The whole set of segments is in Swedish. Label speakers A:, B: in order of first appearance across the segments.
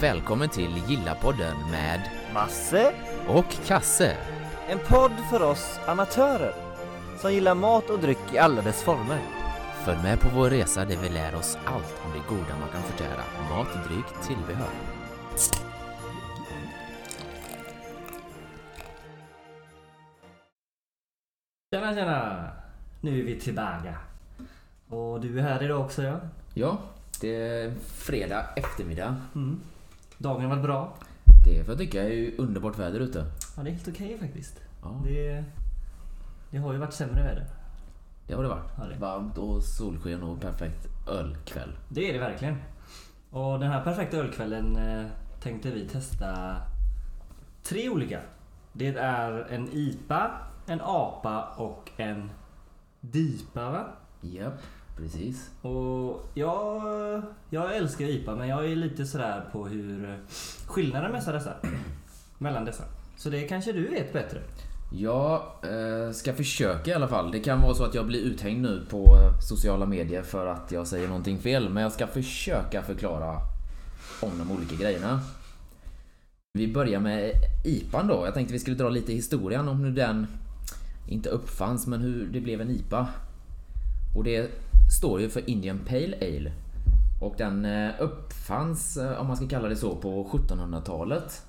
A: välkommen till Gilla-podden med
B: Masse,
A: och Kasse.
B: en podd för oss amatörer som gillar mat och dryck i alla dess former.
A: Följ med på vår resa där vi lär oss allt om det goda man kan förtära. Mat, dryck, tillbehör.
C: Tjena tjena! Nu är vi tillbaka. Och du är här idag också ja.
A: Ja, det är fredag eftermiddag.
C: Mm. Dagen har varit bra.
A: Det är för att tycka är ju underbart väder ute.
C: Ja det är helt okej faktiskt.
A: Ja,
C: Det, det har ju varit sämre väder.
A: det har det varit.
C: Ja, det.
A: Varmt och solsken och perfekt ölkväll.
C: Det är det verkligen. Och den här perfekta ölkvällen eh, tänkte vi testa tre olika. Det är en IPA, en APA och en DIPA va?
A: Japp, precis.
C: Och jag, jag älskar IPA men jag är lite sådär på hur skillnaden mellan dessa, mellan dessa. Så det kanske du vet bättre?
A: Jag eh, ska försöka i alla fall. Det kan vara så att jag blir uthängd nu på eh, sociala medier för att jag säger någonting fel. Men jag ska försöka förklara om de olika grejerna. Vi börjar med IPAn då. Jag tänkte vi skulle dra lite historien om hur den inte uppfanns, men hur det blev en IPA. Och det står ju för Indian Pale Ale. Och den eh, uppfanns, eh, om man ska kalla det så, på 1700-talet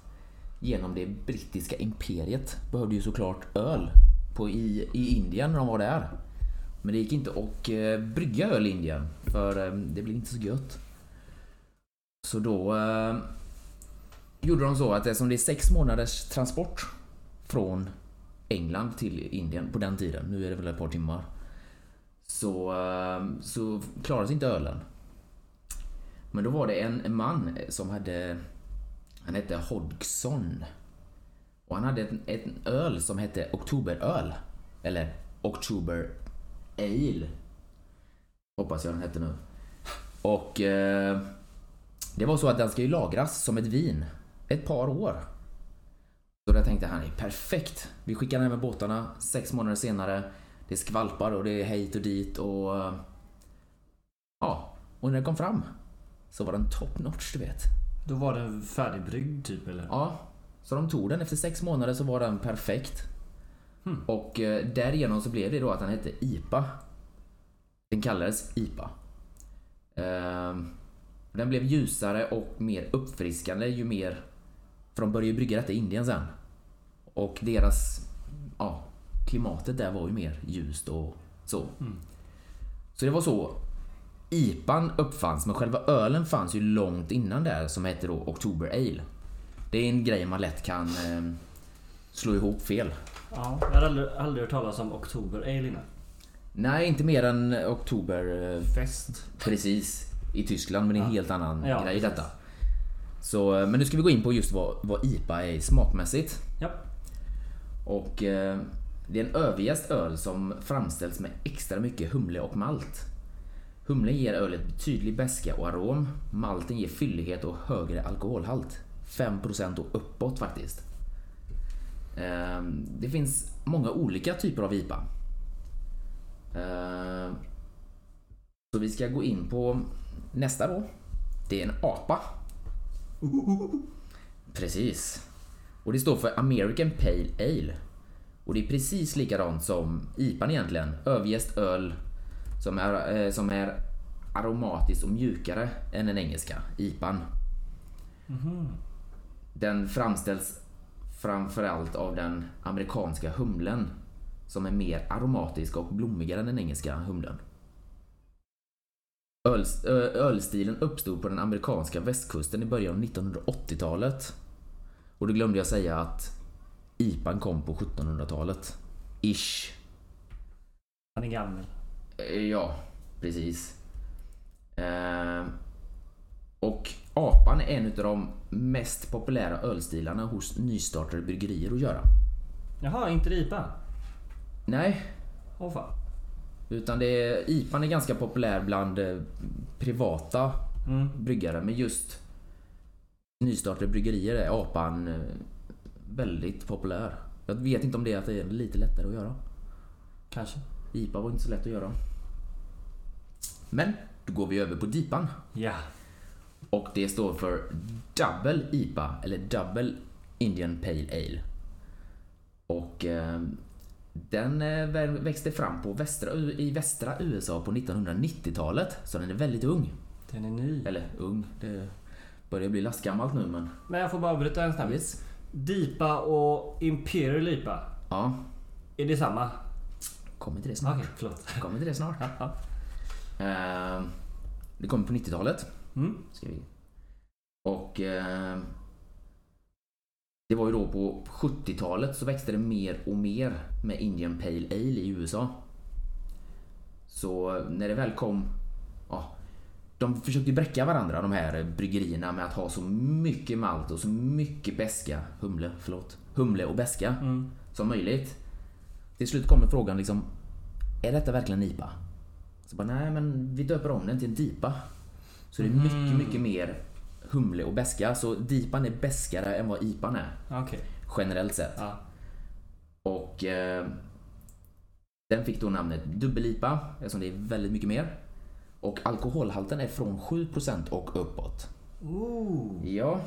A: genom det brittiska imperiet behövde ju såklart öl på i, i Indien när de var där. Men det gick inte att eh, brygga öl i Indien för eh, det blev inte så gött. Så då eh, gjorde de så att eftersom det är sex månaders transport från England till Indien på den tiden, nu är det väl ett par timmar, så, eh, så klarades inte ölen. Men då var det en man eh, som hade han hette Hodgson. Och han hade en, en öl som hette Oktoberöl. Eller Oktober Ale. Hoppas jag den hette nu. Och eh, det var så att den ska ju lagras som ett vin. Ett par år. Så där tänkte han, det är perfekt. Vi skickar den här med båtarna sex månader senare. Det skvalpar och det är hit och dit och... eh, Ja, och när den kom fram så var den top notch, du vet.
C: Då var den färdigbryggd typ eller?
A: Ja, så de tog den. Efter sex månader så var den perfekt. Och eh, därigenom så blev det då att den hette IPA. Den kallades IPA. Ehm, den blev ljusare och mer uppfriskande ju mer... För de började ju brygga detta i Indien sen. Och deras... Ja, klimatet där var ju mer ljust och så. Så det var så IPAn uppfanns, men själva ölen fanns ju långt innan där som hette då October Ale. Det är en grej man lätt kan eh, slå ihop fel.
C: Ja, jag hade aldrig, aldrig hört talas om Oktober Ale innan.
A: Nej, inte mer än Oktober eh,
C: Fest.
A: precis i Tyskland, men det är en helt annan
C: Ja,
A: grej
C: precis.
A: detta. Så, eh, men nu ska vi gå in på just vad, vad IPA är smakmässigt.
C: Ja.
A: Och eh, det är en överjäst öl som framställs med extra mycket humle och malt. Humlen ger ölet betydlig beska och arom. Malten ger fyllighet och högre alkoholhalt. 5% och uppåt faktiskt. Eh, det finns många olika typer av IPA. Eh, så vi ska gå in på nästa då. Det är en apa. Precis. Och det står för American Pale Ale. Och det är precis likadant som IPAn egentligen. Överjäst öl som är, eh, som är aromatisk och mjukare än den engelska IPAn. Den framställs framförallt av den amerikanska humlen som är mer aromatisk och blommigare än den engelska humlen. Öls, ö, ölstilen uppstod på den amerikanska västkusten i början av 1980-talet. Och då glömde jag säga att IPAn kom på 1700-talet. Ish.
C: Han är gammal.
A: Eh, Ja, precis. Eh, och apan är en av de mest populära ölstilarna hos nystartade bryggerier att göra.
C: Jaha, inte det IPA?
A: Nej,
C: Åh fan.
A: utan det är, IPAn är ganska populär bland eh, privata
C: Mm.
A: bryggare, men just nystartade bryggerier är apan eh, väldigt populär. Jag vet inte om det är att det är lite lättare att göra.
C: Kanske.
A: IPA var inte så lätt att göra. Men då går vi över på DIPAN.
C: Ja.
A: Och det står för Double IPA, eller Double Indian Pale Ale. Och eh, den eh, vä- växte fram på västra, U- i västra USA på 1990-talet, så den är väldigt ung.
C: Den är ny.
A: Eller ung, det börjar bli lastgammalt nu men...
C: Men jag får bara avbryta en snabbis.
A: Yes.
C: Dipa och Imperial IPA.
A: Ja,
C: Är det samma?
A: kommer till det snart.
C: Okej, förlåt.
A: Kommer till det snart.
C: Ja, ja.
A: Eh, det kom på 90-talet.
C: Mm.
A: Ska vi... Och... Eh, det var ju då på 70-talet så växte det mer och mer med Indian Pale Ale i USA. Så när det väl kom... Ja, de försökte ju bräcka varandra de här bryggerierna med att ha så mycket malt och så mycket beska, humle, förlåt, humle och beska
C: Mm.
A: som möjligt. Till slut kommer frågan liksom, är detta verkligen en IPA? Så bara, nej men vi döper om den till en DIPA. Så det är mycket, mycket mer humle och beska. Så DIPAn är beskare än vad IPAn är,
C: Okej.
A: generellt sett.
C: Ja.
A: Och eh, den fick då namnet dubbel-IPA eftersom det är väldigt mycket mer. Och alkoholhalten är från 7% och uppåt.
C: Ooh.
A: Ja.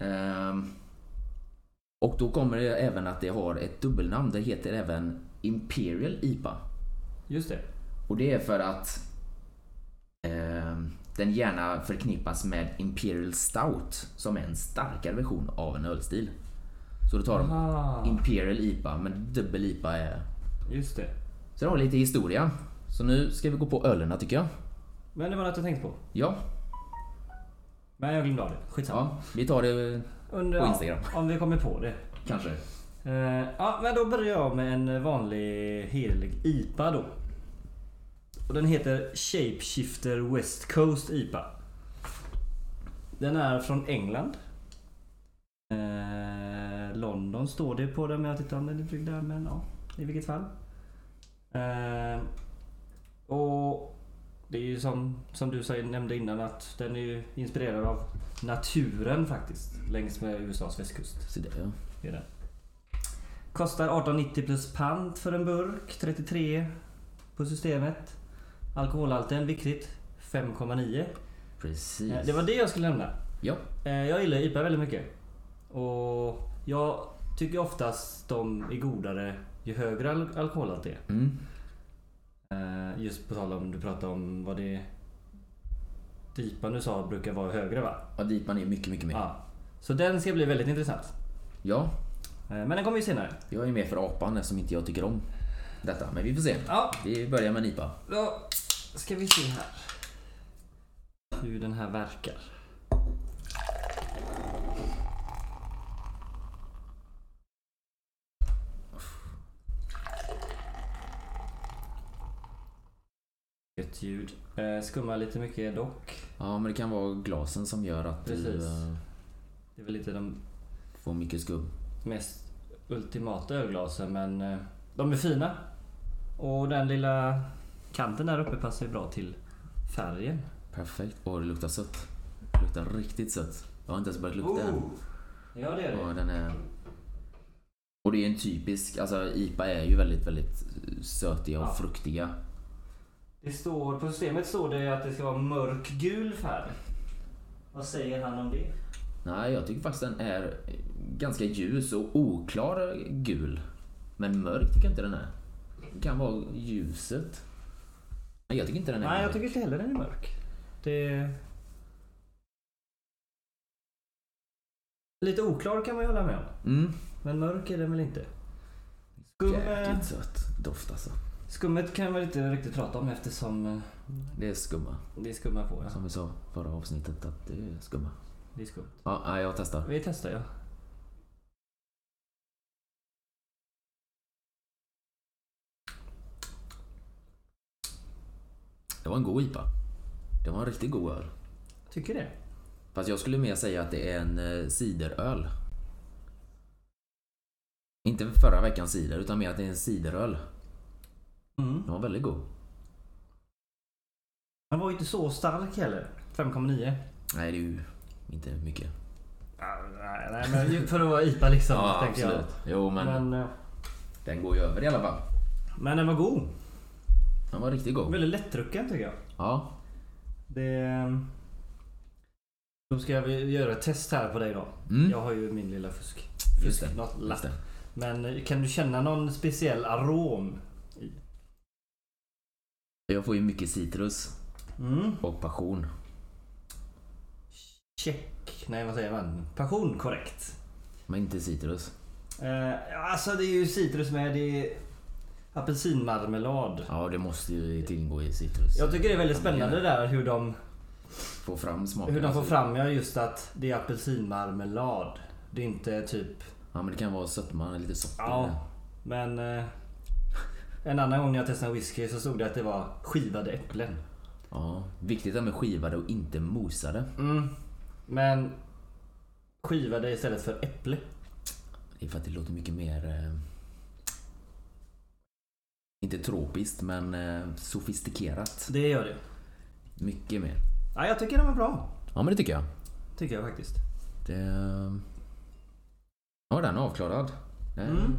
A: Ehm. och då kommer det även att det har ett dubbelnamn. Det heter även Imperial IPA.
C: Just det.
A: Och det är för att ehm, den gärna förknippas med Imperial Stout som är en starkare version av en ölstil. Så då tar de
C: Ah,
A: Imperial IPA, men dubbel IPA är...
C: just det.
A: Så det har lite historia. Så nu ska vi gå på ölerna tycker jag.
C: Men det var något jag tänkte på.
A: Ja,
C: Men jag glömde av det. Skitsamma.
A: ja vi tar det eh,
C: Undrar
A: På Instagram.
C: om vi kommer på det.
A: kanske.
C: Eh, ja, men då börjar jag med en vanlig helig IPA då. Och den heter Shapeshifter West Coast IPA. Den är från England. Eh, London står det på den men jag tittar om den är bryggd där men ja, i vilket fall. Eh, och det är ju som, som du sa, nämnde innan att den är ju inspirerad av naturen faktiskt. Längs med USAs västkust.
A: Så det, ja.
C: Det är det. Kostar 18,90 plus pant för en burk. 33 på systemet. Alkoholhalten, viktigt. 5,9.
A: Precis.
C: Eh, Det var det jag skulle nämna.
A: Ja.
C: Eh, Jag gillar IPA väldigt mycket. Och jag tycker oftast de är godare ju högre al- alkoholhalt det är.
A: Mm.
C: Eh, Just på tal om, du pratade om vad det... IPA du sa brukar vara högre va?
A: Ja, Deepman är mycket, mycket mer.
C: Ja. Så den ska bli väldigt intressant.
A: Ja,
C: Eh, Men den kommer ju senare.
A: jag är med för apan eftersom inte jag tycker om detta. Men vi får se.
C: Ja,
A: Vi börjar med en IPA.
C: Då ska vi se här. Hur den här verkar. Gött ljud. Eh, skummar lite mycket dock.
A: Ja, men det kan vara glasen som gör att
C: Precis.
A: du eh,
C: Det är väl lite de
A: får mycket skubb.
C: mest ultimata ölglasen men eh, de är fina. Och den lilla kanten där uppe passar ju bra till färgen.
A: Perfekt. Åh, det luktar sött. Det luktar riktigt sött. Jag har inte ens börjat lukta än.
C: Ja det är det.
A: Och den är... Och det är en typisk, alltså IPA är ju väldigt, väldigt eh, sötiga och
C: Ja.
A: fruktiga.
C: Det står, på systemet står det att det ska vara mörkgul färg. Vad säger han om det?
A: Nej, jag tycker faktiskt den är ganska ljus och oklar gul. Men mörk tycker jag inte den är. Det kan vara ljuset. Nej, jag tycker inte den är
C: Nej, jag
A: mörk.
C: tycker inte heller den är mörk. Det... Lite oklar kan man ju hålla med om.
A: Mm.
C: Men mörk är den väl inte? Skum, eh,
A: Jäkligt sött doft alltså.
C: skummet kan jag väl inte riktigt prata om eftersom eh,
A: Det är skumma.
C: det är skumma på. Ja.
A: Som vi sa förra avsnittet att det är skumma.
C: Det är skumt.
A: Ja, nej, jag testar.
C: Vi testar ja.
A: Det var en god IPA. Det var en riktigt god öl.
C: Tycker det.
A: Fast jag skulle mer säga att det är en eh, cideröl. Inte förra veckans cider utan mer att det är en cideröl.
C: Mm.
A: Den var väldigt god.
C: Den var ju inte så stark heller. 5,9.
A: Nej, det är ju inte mycket.
C: Ah, nej, nej, men ju för att vara IPA liksom. tänker jag.
A: Jo, men,
C: Men, eh,
A: den går ju över i alla fall.
C: men den var god.
A: Den var riktigt god.
C: Väldigt lättdrucken tycker jag.
A: Ja,
C: Det... ehm, Då ska vi göra ett test här på dig då.
A: Mm.
C: Jag har ju min lilla fusk.
A: Just det.
C: fusknolla.
A: Just det.
C: Men eh, kan du känna någon speciell arom?
A: Jag får ju mycket citrus
C: Mm.
A: och passion.
C: Check. Nej, vad säger man? Passion, korrekt.
A: Men inte citrus.
C: Eh, alltså det är ju citrus med. Det är apelsinmarmelad.
A: Ja, det måste ju tillgå i citrus.
C: Jag tycker det är väldigt spännande där hur de,
A: Få fram smaken.
C: hur de får
A: alltså.
C: fram ja, just att det är apelsinmarmelad. Det är inte typ...
A: Ja, men det kan vara sötma, eller lite socker.
C: Ja, men... Eh, en annan gång när jag testade whisky så stod det att det var skivade äpplen.
A: Ja. Viktigt är med skivade och inte mosade.
C: Mm. Men skivade istället för äpple.
A: Det är för att det låter mycket mer... Eh, inte tropiskt, men eh, sofistikerat.
C: Det gör det.
A: Mycket mer.
C: Ja, jag tycker de är bra.
A: Ja, men det tycker jag.
C: Tycker jag faktiskt.
A: Det... eh, Ja, den är avklarad. Den...
C: Mm.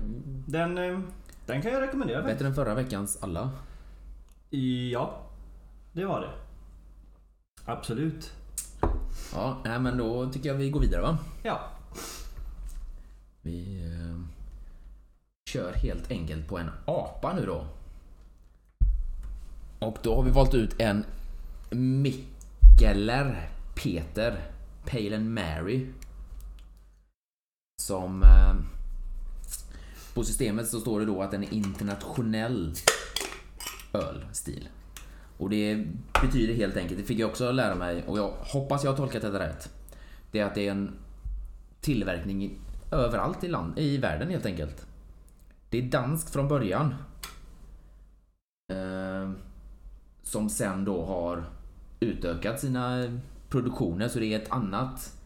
C: Den, eh, den kan jag rekommendera. faktiskt.
A: Bättre än förra veckans alla.
C: Ja, det var det. Absolut.
A: Ja, nej, men då tycker jag vi går vidare va?
C: Ja.
A: Vi eh, kör helt enkelt på en apa nu då. Och då har vi valt ut en Mikkeler Peter Pale and Mary. Som... Eh, på systemet så står det då att den är internationell ölstil. Och det betyder helt enkelt, det fick jag också lära mig och jag hoppas jag har tolkat detta rätt. Det är att det är en tillverkning i- överallt i, land, i världen helt enkelt. Det är danskt från början. Eh, som sen då har utökat sina produktioner så det är ett annat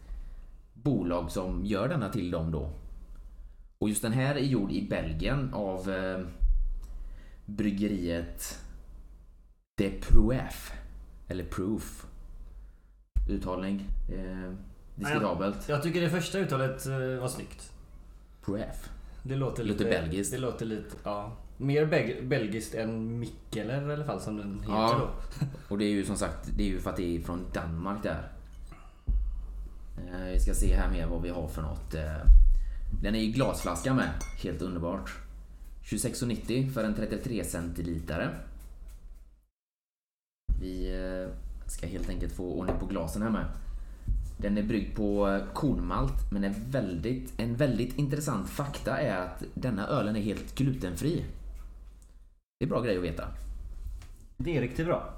A: bolag som gör denna till dem då. Och just den här är gjord i Belgien av eh, bryggeriet De Proof. Eller Proof. Uttalning. Eh, diskutabelt.
C: Jag tycker det första uttalet eh, var snyggt.
A: Proof.
C: Det låter
A: Lite
C: lite...
A: belgiskt.
C: Det låter lite, ja. Mer beg- belgiskt än Mikkeler i alla fall som den heter
A: Ja.
C: då.
A: Och det är ju som sagt, det är ju för att det är från Danmark där. Eh, Vi ska se här med vad vi har för något. eh. Den är i glasflaska med. Helt underbart. 26,90 för en 33 centilitare. Vi eh, ska helt enkelt få ordning på glasen här med. Den är bryggd på eh, kornmalt men är väldigt, en väldigt intressant fakta är att denna ölen är helt glutenfri. Det är bra grej att veta.
C: Det är riktigt bra.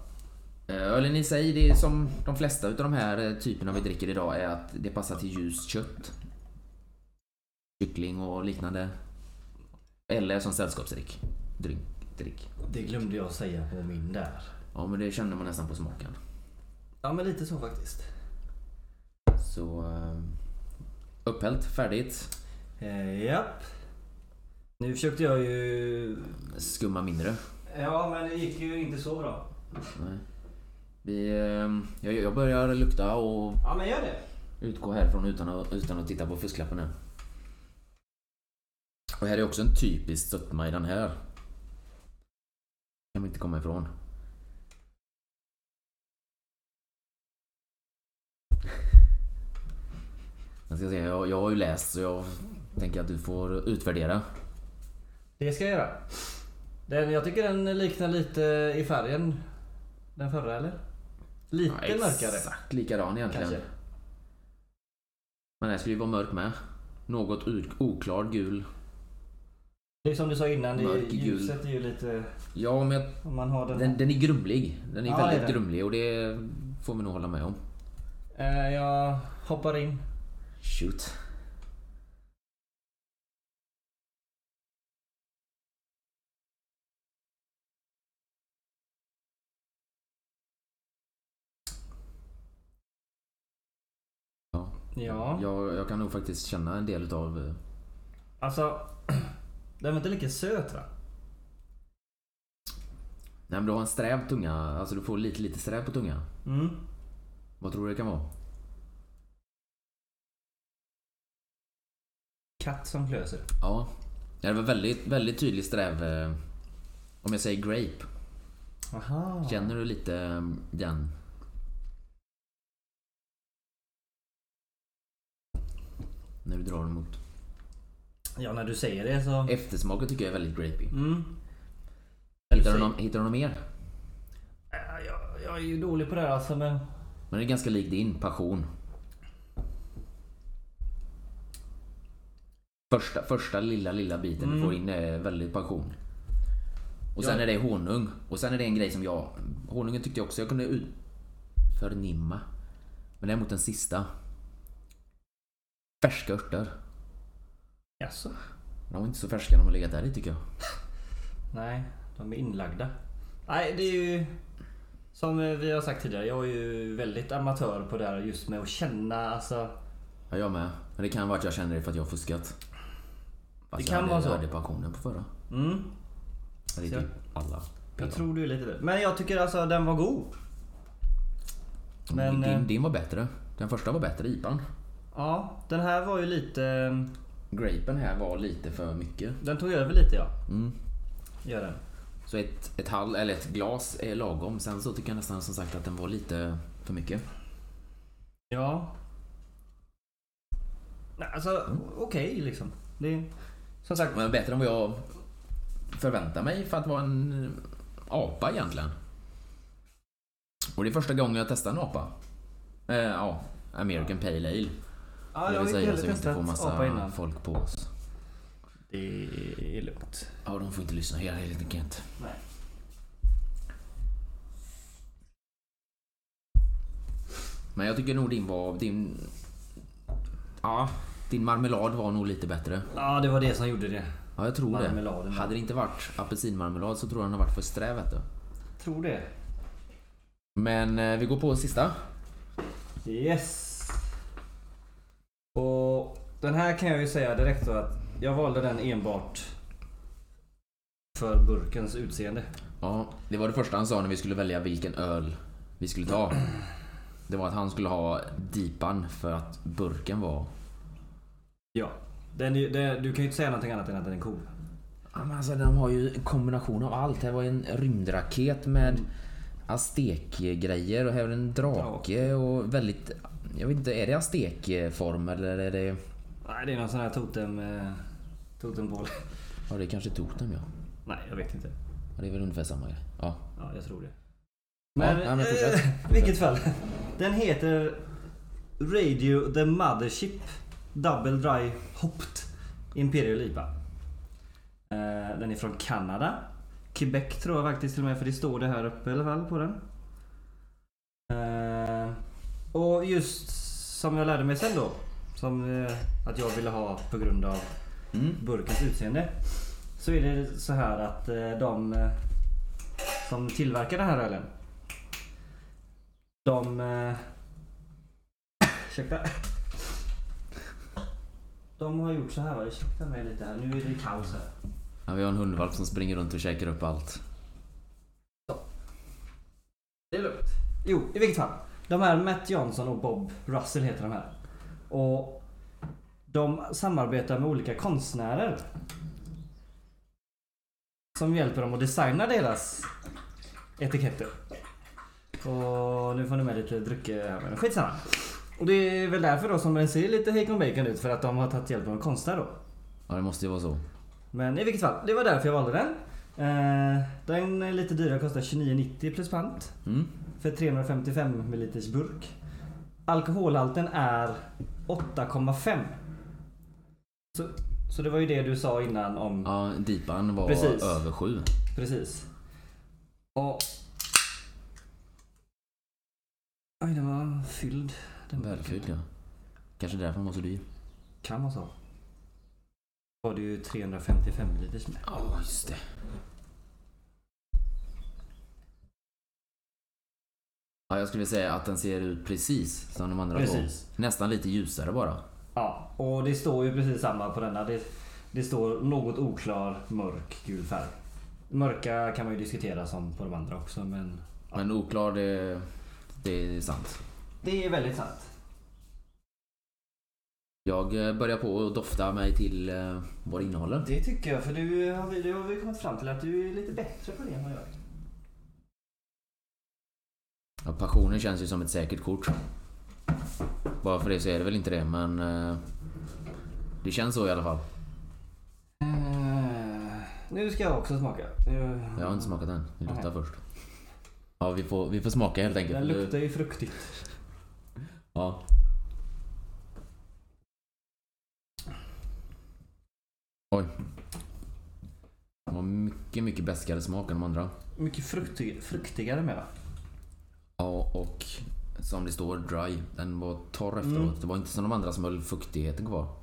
A: Eh, Ölen i sig, det är som de flesta utav de här eh, typerna vi dricker idag, är att det passar till ljust kött. Kyckling och liknande. Eller som sällskapsdryck. Drink, drick.
C: Det glömde jag säga på min där.
A: Ja, men det känner man nästan på smaken.
C: Ja men lite så faktiskt.
A: Så... eh, Upphällt, färdigt.
C: Eh, japp. Nu försökte jag ju...
A: Skumma mindre.
C: Ja men det gick ju inte så bra.
A: Nej. Vi, eh, jag, jag börjar lukta och
C: Ja men gör det.
A: utgå härifrån utan att, utan att titta på fusklappen här. Och här är också en typisk sötma i den här. Kan vi inte komma ifrån. Jag ska se, jag, jag har ju läst så jag tänker att du får utvärdera.
C: Det ska jag göra. Den, jag tycker den liknar lite i färgen. Den förra eller? Lite
A: Ja,
C: mörkare.
A: Exakt likadan egentligen.
C: Kanske.
A: Men den här skulle ju vara mörk med. Något ut- oklar gul.
C: Det är som du sa innan, det är,
A: Mörkgul.
C: ljuset är ju lite...
A: Ja, men jag
C: Om man har den...
A: Den, den är grumlig. Den är
C: Ja,
A: väldigt
C: det är den.
A: grumlig och det får vi nog hålla med om.
C: Eh, jag hoppar in.
A: Shoot. Ja.
C: Ja.
A: Jag, jag kan nog faktiskt känna en del utav... eh,
C: Alltså... Den var inte lika söt va?
A: Nej men du har en sträv tunga. Alltså du får lite, lite sträv på tungan.
C: Mm.
A: Vad tror du det kan vara?
C: Katt som klöser.
A: Ja. Ja, Det var väldigt, väldigt tydlig sträv. eh, Om jag säger grape.
C: Aha.
A: Känner du lite eh, den? När du drar mot...
C: Ja, när du säger det så...
A: Eh, Eftersmaken tycker jag är väldigt grapey.
C: Mm.
A: Hittar du,
C: säger-
A: någon, hittar du någon mer?
C: Äh, Jag, jag är ju dålig på det här alltså, men...
A: Men det är ganska lik din passion. Första, första lilla, lilla biten du får in är väldigt passion. Och sen
C: Mm. Ja.
A: är det honung. Och sen är det en grej som jag... Honungen tyckte jag också jag kunde ut... förnimma. Men däremot den sista. Färska örter.
C: Jaså?
A: De var inte så färska när de har legat där i tycker jag.
C: Nej, de är inlagda. Nej, det är ju... Som eh, vi har sagt tidigare, jag är ju väldigt amatör på det här just med att känna alltså...
A: Ja, jag med. Men det kan vara att jag känner det för att jag har fuskat. Fast
C: kan
A: jag hade,
C: vara så.
A: Jag hade passionen på förra.
C: Mm.
A: Det är
C: Så jag-
A: typ alla.
C: Jag tror du är lite det. Men jag tycker alltså den var god. men, eh,
A: din, din var bättre. Den första var bättre, IPan.
C: Ja, den här var ju lite...
A: Grapen här var lite för mycket.
C: Den tog över lite ja.
A: Mm.
C: Gör den.
A: Så ett, ett halv, eller ett glas är lagom. Sen så tycker jag nästan som sagt att den var lite för mycket.
C: Ja. Nej, alltså
A: Mm.
C: okej liksom. Det, som sagt,
A: Men bättre än vad jag förväntade mig för att vara en eh, apa egentligen. Och det är första gången jag testar en apa. Eh, ja, American Pale Ale.
C: ja,
A: det
C: jag har
A: vill
C: inte
A: säga
C: heller
A: så vi inte får
C: testat apa
A: massa
C: innan.
A: folk på oss.
C: Det är lugnt.
A: Ja, de får inte lyssna hela helt enkelt.
C: Nej.
A: Men jag tycker nog din var... Din... Ja, din marmelad var nog lite bättre.
C: Ja, det var det som gjorde det.
A: Ja, jag tror det.
C: Marmeladen.
A: Hade det inte varit apelsinmarmelad så tror jag den har varit för sträv vet du.
C: Tror det.
A: Men eh, vi går på sista.
C: Yes. Och den här kan jag ju säga direkt då att jag valde den enbart för burkens utseende.
A: Ja, det var det första han sa när vi skulle välja vilken öl vi skulle ta. Det var att han skulle ha dipan för att burken var...
C: Ja. Den, är ju- det, du kan ju inte säga någonting annat än att den är cool.
A: Ja, men alltså, de har ju en kombination av allt. Här var ju en rymdraket med aztekgrejer och här var en drake och väldigt... Jag vet inte, är det aztekform eller är det...
C: Nej, det är någon sån här totem... Eh, totempål.
A: Ja, det är kanske totem ja.
C: Nej, jag vet inte.
A: ja. Det är väl ungefär samma grej. Ja.
C: Ja, jag tror det.
A: Ja,
C: Men,
A: nej, men fortsätt.
C: eh, vilket fall. Den heter Radio The Mothership Double Dry Hopped Imperial IPA. Eh, Den är från Kanada. Quebec tror jag faktiskt till och med för det står det här uppe i alla fall på den. Eh, Och just som jag lärde mig sen då. Som eh, att jag ville ha på grund av
A: Mm.
C: burkens utseende. Så är det så här att eh, de eh, som tillverkar den här ölen. De... eh, Ursäkta. De har gjort så här va, ursäkta mig lite här. Nu är det kaos här.
A: ja. Vi har en hundvalp som springer runt och käkar upp allt.
C: Det är lugnt. Jo, i vilket fall. De här Matt Johnson och Bob Russell heter de här. Och de samarbetar med olika konstnärer. Som hjälper dem att designa deras etiketter. Och nu får ni med lite drycker här men skitsamma. Och det är väl därför då som den ser lite Hakon Bacon ut för att de har tagit hjälp av en konstnär då.
A: Ja, det måste ju vara så.
C: Men i vilket fall, det var därför jag valde den. Eh, Den är lite dyrare, kostar 29,90 plus pant
A: Mm.
C: för 355 ml burk. Alkoholhalten är 8,5. Så, så det var ju det du sa innan om...
A: Ja, dipan var
C: Precis.
A: över sju.
C: Precis. Och... Oj, den var fylld. Den
A: Välfylld ja. Kanske därför den var så dyr.
C: Kan vara så. Var det ju 355 liters med.
A: Ja, just det. Ja, jag skulle säga att den ser ut precis som de andra
C: Precis.
A: två. Nästan lite ljusare bara.
C: Ja, och det står ju precis samma på denna. Det, det står något oklar mörk gul färg. Mörka kan man ju diskutera som på de andra också men...
A: Men oklar, det, det är sant.
C: Det är väldigt sant.
A: Jag eh, börjar på att dofta mig till eh, vad det innehåller.
C: Det tycker jag, för du har, vi- du har vi kommit fram till att du är lite bättre på det än vad jag är.
A: Ja, passionen känns ju som ett säkert kort. Bara för det så är det väl inte det, men... eh, Det känns så i alla fall.
C: Eh, Nu ska jag också smaka. Nu-
A: Jag har inte smakat den. Det luktar först. Ja, vi får, vi får smaka helt enkelt.
C: Den
A: Nu-
C: luktar ju fruktigt.
A: Ja. Oj. Den var mycket, mycket beskare smak än de andra.
C: Mycket fruktig, fruktigare med va?
A: Ja, och som det står, dry. Den var torr
C: Mm.
A: efteråt. Det var inte som de andra som höll fuktigheten kvar.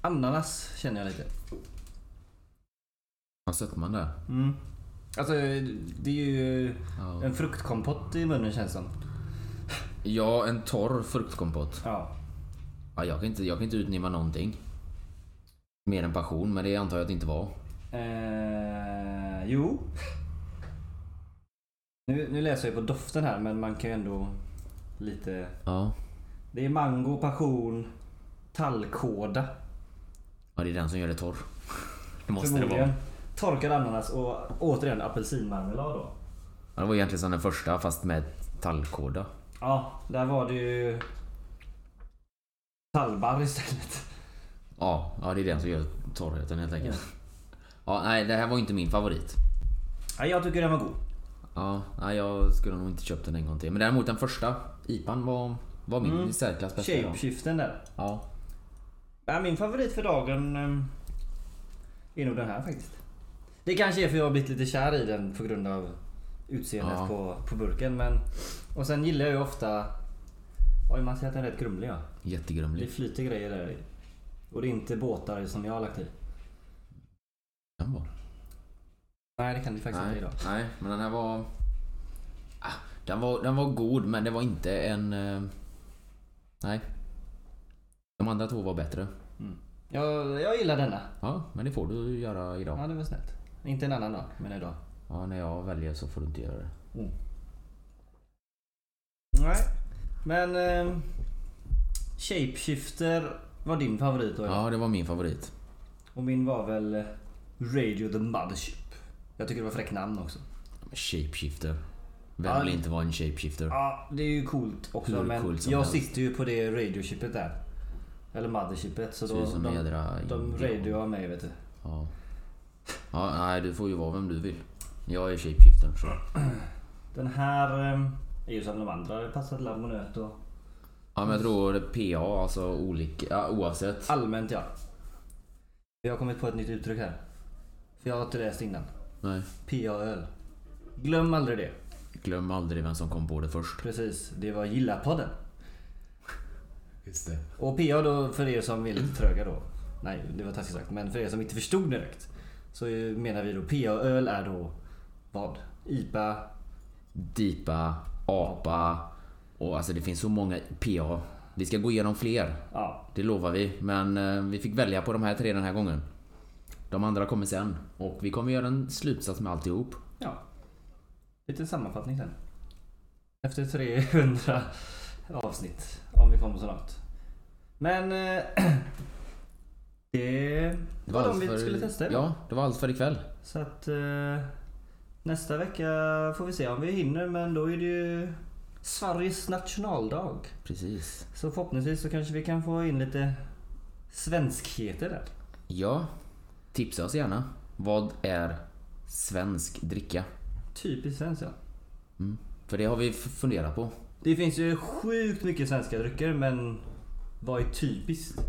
C: Ananas känner jag lite.
A: Har sötman där?
C: Mm. Alltså det är ju
A: Ja.
C: en fruktkompott i munnen känns som.
A: ja, en torr fruktkompott.
C: Ja.
A: Ja, jag, kan inte, jag kan inte utnimma någonting. Mer än passion, men det antar jag att det inte var.
C: Eh, jo. Nu, nu läser jag på doften här men man kan ju ändå lite...
A: Ja.
C: Det är mango, passion, tallkåda.
A: ja, det är den som gör det torr. Det måste det
C: förmodligen.
A: vara.
C: Torkad ananas och återigen apelsinmarmelad då.
A: Ja, det var egentligen som den första, fast med tallkåda.
C: Ja, där var det ju... Tallbarr istället.
A: Ja, ja, det är den som gör torrheten helt enkelt. Ja, nej, det här var inte min favorit.
C: Ja, jag tycker den var god.
A: Ja, nej, jag skulle nog inte köpt den en gång till. Men däremot den första IPan var, var min i särklass bästa. idag.
C: Shapeshiften där.
A: Ja.
C: Ja, min favorit för dagen ehm, är nog den här faktiskt. Det kanske är för jag har blivit lite kär i den på grund av utseendet
A: Ja.
C: på, på burken. Men, och sen gillar jag ju ofta... Oj, man ser att den är rätt grumlig ja. Det
A: Jättegrumlig.
C: flyter grejer där i. Och det är inte båtar som jag har lagt i.
A: Den var.
C: Nej, det kan det faktiskt inte
A: Nej,
C: idag.
A: nej, men den här var... Ah, Den var, den var god, men det var inte en... eh, Nej. De andra två var bättre.
C: Jag, jag gillar denna.
A: Ja, men det får du göra
C: Ja,
A: idag.
C: det var snällt. Inte en annan dag, men idag.
A: Ja, när jag väljer så får du inte göra det.
C: Nej. Men... Eh, shapeshifter var din favorit då? eller?
A: Ja, det var min favorit.
C: Och min var väl eh, Radio the Mothership. Jag tycker det var fräckt namn också.
A: Shapeshifter.
C: Ja.
A: Vem vill inte vara en shapeshifter?
C: Ja, det är ju coolt också
A: Hur
C: men
A: coolt som
C: jag
A: helst.
C: sitter ju på det radiochipet där. Eller mothershipet. Så
A: Ser
C: då,
A: ut som en
C: de,
A: jädra...
C: de radioar mig vet du.
A: Ja. ja. Nej, du får ju vara vem du vill. Jag är shapeshifter. Så.
C: Den här eh, är ju som de andra. Det passar till abonnöt och
A: Ja, men jag tror PA, alltså olika... Ja, oavsett.
C: allmänt ja. Vi har kommit på ett nytt uttryck här. För jag har inte läst innan.
A: Nej.
C: PAL. Glöm aldrig det.
A: Glöm aldrig vem som kom på det först.
C: Precis, det var Gilla-podden.
A: Just det.
C: Och PA då för er som är lite tröga då. Nej, det var taskigt sagt. Men för er som inte förstod direkt. Så eh, menar vi då PA-öl är då vad? IPA?
A: Dipa, apa och alltså det finns så många PA. Vi ska gå igenom fler.
C: Ja.
A: Det lovar vi. Men eh, vi fick välja på de här tre den här gången. De andra kommer sen. Och vi kommer göra en slutsats med alltihop.
C: ja. Lite sammanfattning sen. Efter 300 avsnitt. Om vi kommer så långt. Men... eh, Det
A: Det
C: var, de vi
A: allt för-
C: skulle testa.
A: Ja, det var allt för ikväll.
C: Så att... eh, Nästa vecka får vi se om vi hinner men då är det ju Sveriges nationaldag.
A: Precis.
C: Så förhoppningsvis så kanske vi kan få in lite svenskheter där.
A: Ja, tipsa oss gärna. Vad är svensk dricka?
C: Typiskt svenskt ja.
A: För det har vi f- funderat på.
C: Det finns ju sjukt mycket svenska drycker men vad är typiskt?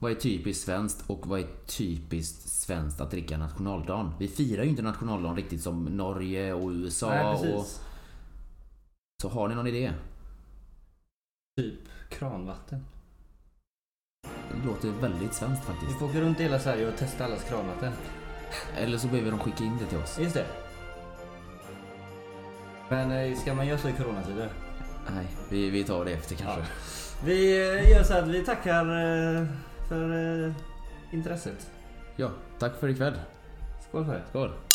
A: Vad är typiskt svenskt och vad är typiskt svenskt att dricka nationaldagen? Vi firar ju inte nationaldagen riktigt som Norge och USA. och, så har ni någon idé?
C: Typ kranvatten.
A: Det låter väldigt svenskt
C: Vi
A: faktiskt.
C: får åka runt i hela Sverige och testa allas kranvatten.
A: Eller så behöver de skicka in det till oss.
C: Just det. Men eh, ska man göra så i coronatider?
A: Nej, vi, vi tar det efter kanske.
C: Vi eh, gör så att vi tackar eh, för eh, intresset.
A: Ja, tack för ikväll.
C: Skål för det.
A: Skål!